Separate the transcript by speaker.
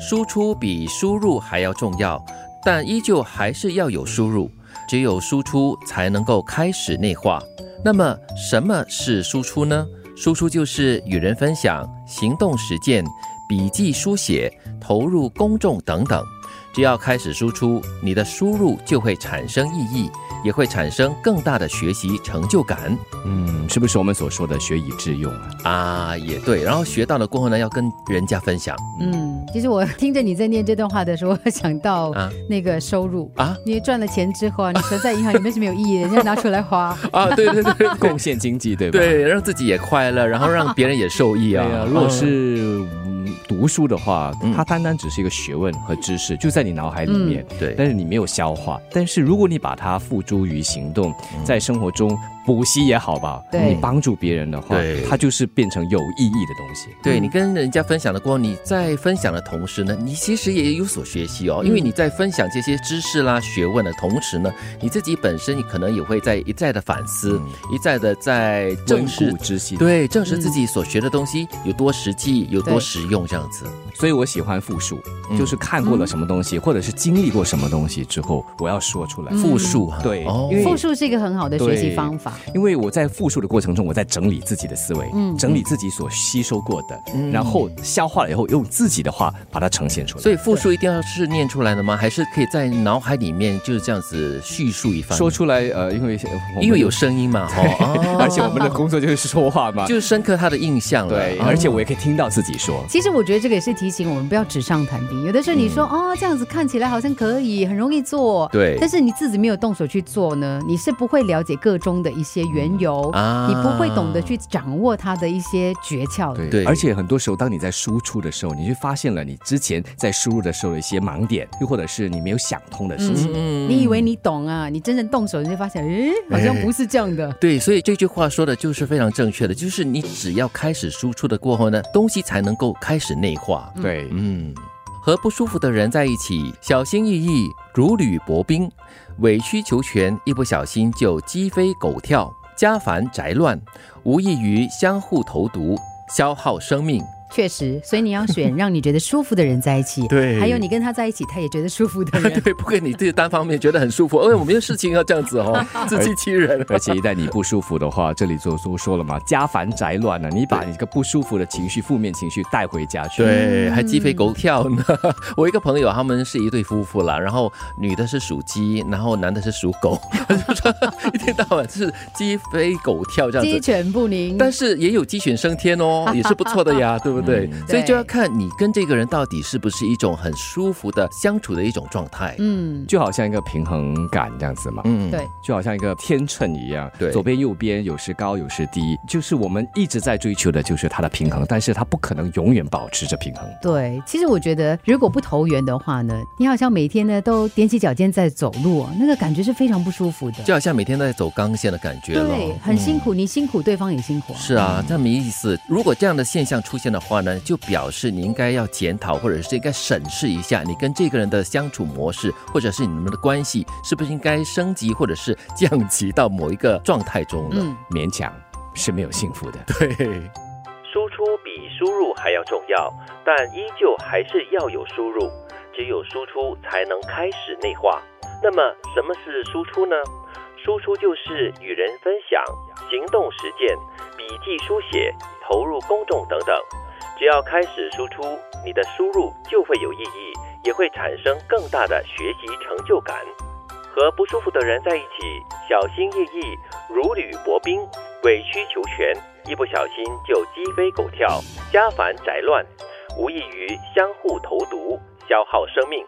Speaker 1: 输出比输入还要重要，但依旧还是要有输入，只有输出才能够开始内化。那么，什么是输出呢？输出就是与人分享、行动实践、笔记书写、投入公众等等。只要开始输出，你的输入就会产生意义，也会产生更大的学习成就感
Speaker 2: 嗯，是不是我们所说的学以致用 啊？
Speaker 1: 啊！也对，然后学到了过后呢，要跟人家分享
Speaker 3: 嗯，其实我听着你在念这段话的时候，我想到
Speaker 1: 啊
Speaker 3: 那个收入。
Speaker 1: 啊
Speaker 3: 你赚了钱之后啊，你存在银行里面是没有意义的，人家拿出 来花。
Speaker 1: 啊！对对对
Speaker 2: 贡献经济，对吧？
Speaker 1: 对，让自己也快乐，然后让别人也受益
Speaker 2: 对
Speaker 1: 啊
Speaker 2: 啊，。如果是嗯读书的话
Speaker 1: 嗯，
Speaker 2: 它单单只是一个学问和知识，就在你脑海里面，
Speaker 1: 对
Speaker 2: 但是你没有消化。但是如果你把它付诸于行动，
Speaker 1: 嗯
Speaker 2: 在生活中补习也好吧，
Speaker 3: 对
Speaker 2: 你帮助别人的话
Speaker 1: 对，
Speaker 2: 它就是变成有意义的东西。
Speaker 1: 对
Speaker 3: 嗯
Speaker 1: 你跟人家分享的过后，你在分享的同时呢，你其实也有所学习哦，因为
Speaker 3: 嗯
Speaker 1: 你在分享这些知识啦、学问的同时呢，你自己本身你可能也会在一再的反思，一再的在证
Speaker 2: 温
Speaker 1: 实
Speaker 2: 故，知新，
Speaker 1: 对，证实
Speaker 3: 嗯
Speaker 1: 自己所学的东西有多实际、有多
Speaker 3: 对
Speaker 1: 实用这样子。
Speaker 2: 所以我喜欢复述，
Speaker 1: 嗯
Speaker 2: 就是看过了什么东西，或者是经历过什么东西之后，我要说出来。
Speaker 3: 嗯
Speaker 1: 复述啊，
Speaker 2: 对
Speaker 1: 哦
Speaker 2: 因为
Speaker 3: 复述是一个很好的学习
Speaker 2: 对
Speaker 3: 方法。
Speaker 2: 因为我在复述的过程中，我在整理自己的思维，
Speaker 3: 嗯
Speaker 2: 整理自己所吸收过的，
Speaker 1: 嗯
Speaker 2: 然后消化了以后，用自己的话把它呈现出来。
Speaker 1: 所以复述一定要是念出来的吗？还是可以在脑海里面就是这样子叙述一番？
Speaker 2: 说，出来，呃，因为我们
Speaker 1: 因为有，声音 嘛，哦，
Speaker 2: 而且我们的工作就是说话嘛，
Speaker 1: 就深刻他的印象了。
Speaker 2: 对，嗯
Speaker 1: 哦
Speaker 2: 而且我也可以听到自己说。
Speaker 3: 其实我觉得这个也是提醒我们不要纸上谈兵。有的时候你说、哦这样子看起来好像可以，很容易做，
Speaker 1: 嗯对
Speaker 3: 但是你自己没有动手去做呢，你是不会了解个中的一些缘由，
Speaker 1: 啊
Speaker 3: 你不会懂得去掌握它的一些诀窍的。
Speaker 1: 对
Speaker 2: 而且很多时候，当你在输出的时候，你就发现了你之前在输入的时候的一些盲点，又或者是你没有想通的事情。
Speaker 1: 嗯
Speaker 3: 你以为你懂啊，你真正动手你就发现，诶，好像不是这样的。
Speaker 1: 对，所以这句话说的就是非常正确的，就是你只要开始输出的过后呢，东西才能够开始内化。
Speaker 2: 对，
Speaker 1: 嗯，和不舒服的人在一起，小心翼翼，如履薄冰，委曲求全，一不小心就鸡飞狗跳，家烦宅乱，无异于相互投毒，消耗生命。
Speaker 3: 确实，所以你要 选让你觉得舒服的人在一起，
Speaker 1: 对
Speaker 3: 还有你跟他在一起，他也觉得舒服的 人。
Speaker 1: 对，不跟你自己单方面觉得很舒服，哎，我没有事情要这样子 哦，自欺欺人。
Speaker 2: 而且一旦你不舒服的话，这里就都说了嘛，家烦宅乱了、你把你这个不舒服的情绪、负面情绪带回家去。
Speaker 1: 对，还鸡飞狗跳呢。 我一个朋友，他们是一对夫妇啦，然后女的是属鸡，然后男的是属狗， 一天到晚就是鸡飞狗跳这
Speaker 3: 鸡
Speaker 1: 样子。
Speaker 3: 犬不宁，
Speaker 1: 但是也有鸡犬升天哦，也是不错的呀，对不对？
Speaker 2: 嗯
Speaker 1: 所以就要
Speaker 3: 对
Speaker 1: 看你跟这个人到底是不是一种很舒服的相处的一种状态。
Speaker 3: 嗯，
Speaker 2: 就好像一个平衡感这样子嘛，
Speaker 1: 嗯，
Speaker 3: 对，
Speaker 2: 就好像一个天秤一样，
Speaker 1: 对
Speaker 2: 左边右边有时高有时低，就是我们一直在追求的就是它的平衡，但是它不可能永远保持着平衡。
Speaker 3: 对，其实我觉得，如果不投缘的话呢，你好像每天呢都踮起脚尖在走路哦，那个感觉是非常不舒服的。
Speaker 1: 就好像每天都在走钢线的感觉了。
Speaker 3: 对，很辛苦，你辛苦，对方也辛苦啊。
Speaker 1: 嗯是啊，这样没意思。如果这样的现象出现的话呢，就表示你应该要检讨，或者是应该审视一下你跟这个人的相处模式，或者是你们的关系是不是应该升级，或者是降级到某一个状态中了。
Speaker 3: 嗯，
Speaker 2: 勉强是没有幸福的。
Speaker 1: 对，输出比输入还要重要，但依旧还是要有输入，只有输出才能开始内化。那么，什么是输出呢？输出就是与人分享、行动实践、笔记书写、投入公众等等。只要开始输出，你的输入就会有意义，也会产生更大的学习成就感。和不舒服的人在一起，小心翼翼，如履薄冰，委曲求全，一不小心就鸡飞狗跳，家烦宅乱，无异于相互投毒，消耗生命。